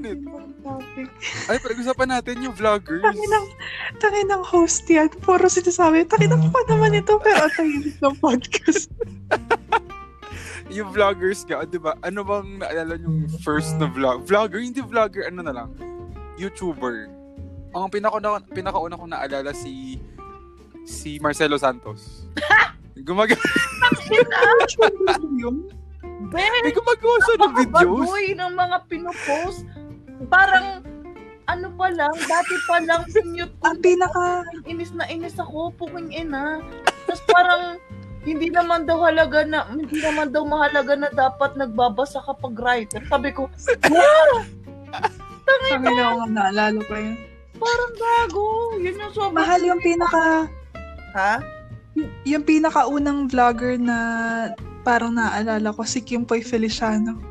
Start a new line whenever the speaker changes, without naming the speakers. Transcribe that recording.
eh. Ay, pag-usapan natin yung vloggers.
Tanginang, tanginang host yan. Puro sinasabi, tanginang pa naman ito, pero ang tahimik ng podcast.
yung vloggers nga, di ba? Ano bang naalala yung first na vlog? Vlogger, hindi vlogger, ano na lang? YouTuber. Ang pinakauna, pinakauna kong naalala si si Marcelo Santos. Gumaga
Ah! Yung-
Ben,
may gumagawa siya ng videos.
baboy ng mga pinopost. Parang, ano pa lang, dati pa lang, sinute ko.
ang pinaka,
Inis na inis ako, puking ina. Tapos parang, hindi naman daw halaga na, hindi naman daw mahalaga na dapat nagbabasa ka pag writer. Sabi ko,
tanginang ko naalala ko yun.
parang gago. Yun yung sobrang...
Mahal yung pinaka,
Ha?
y- yung pinakaunang vlogger na parang naalala ko, si Kim Poy Feliciano.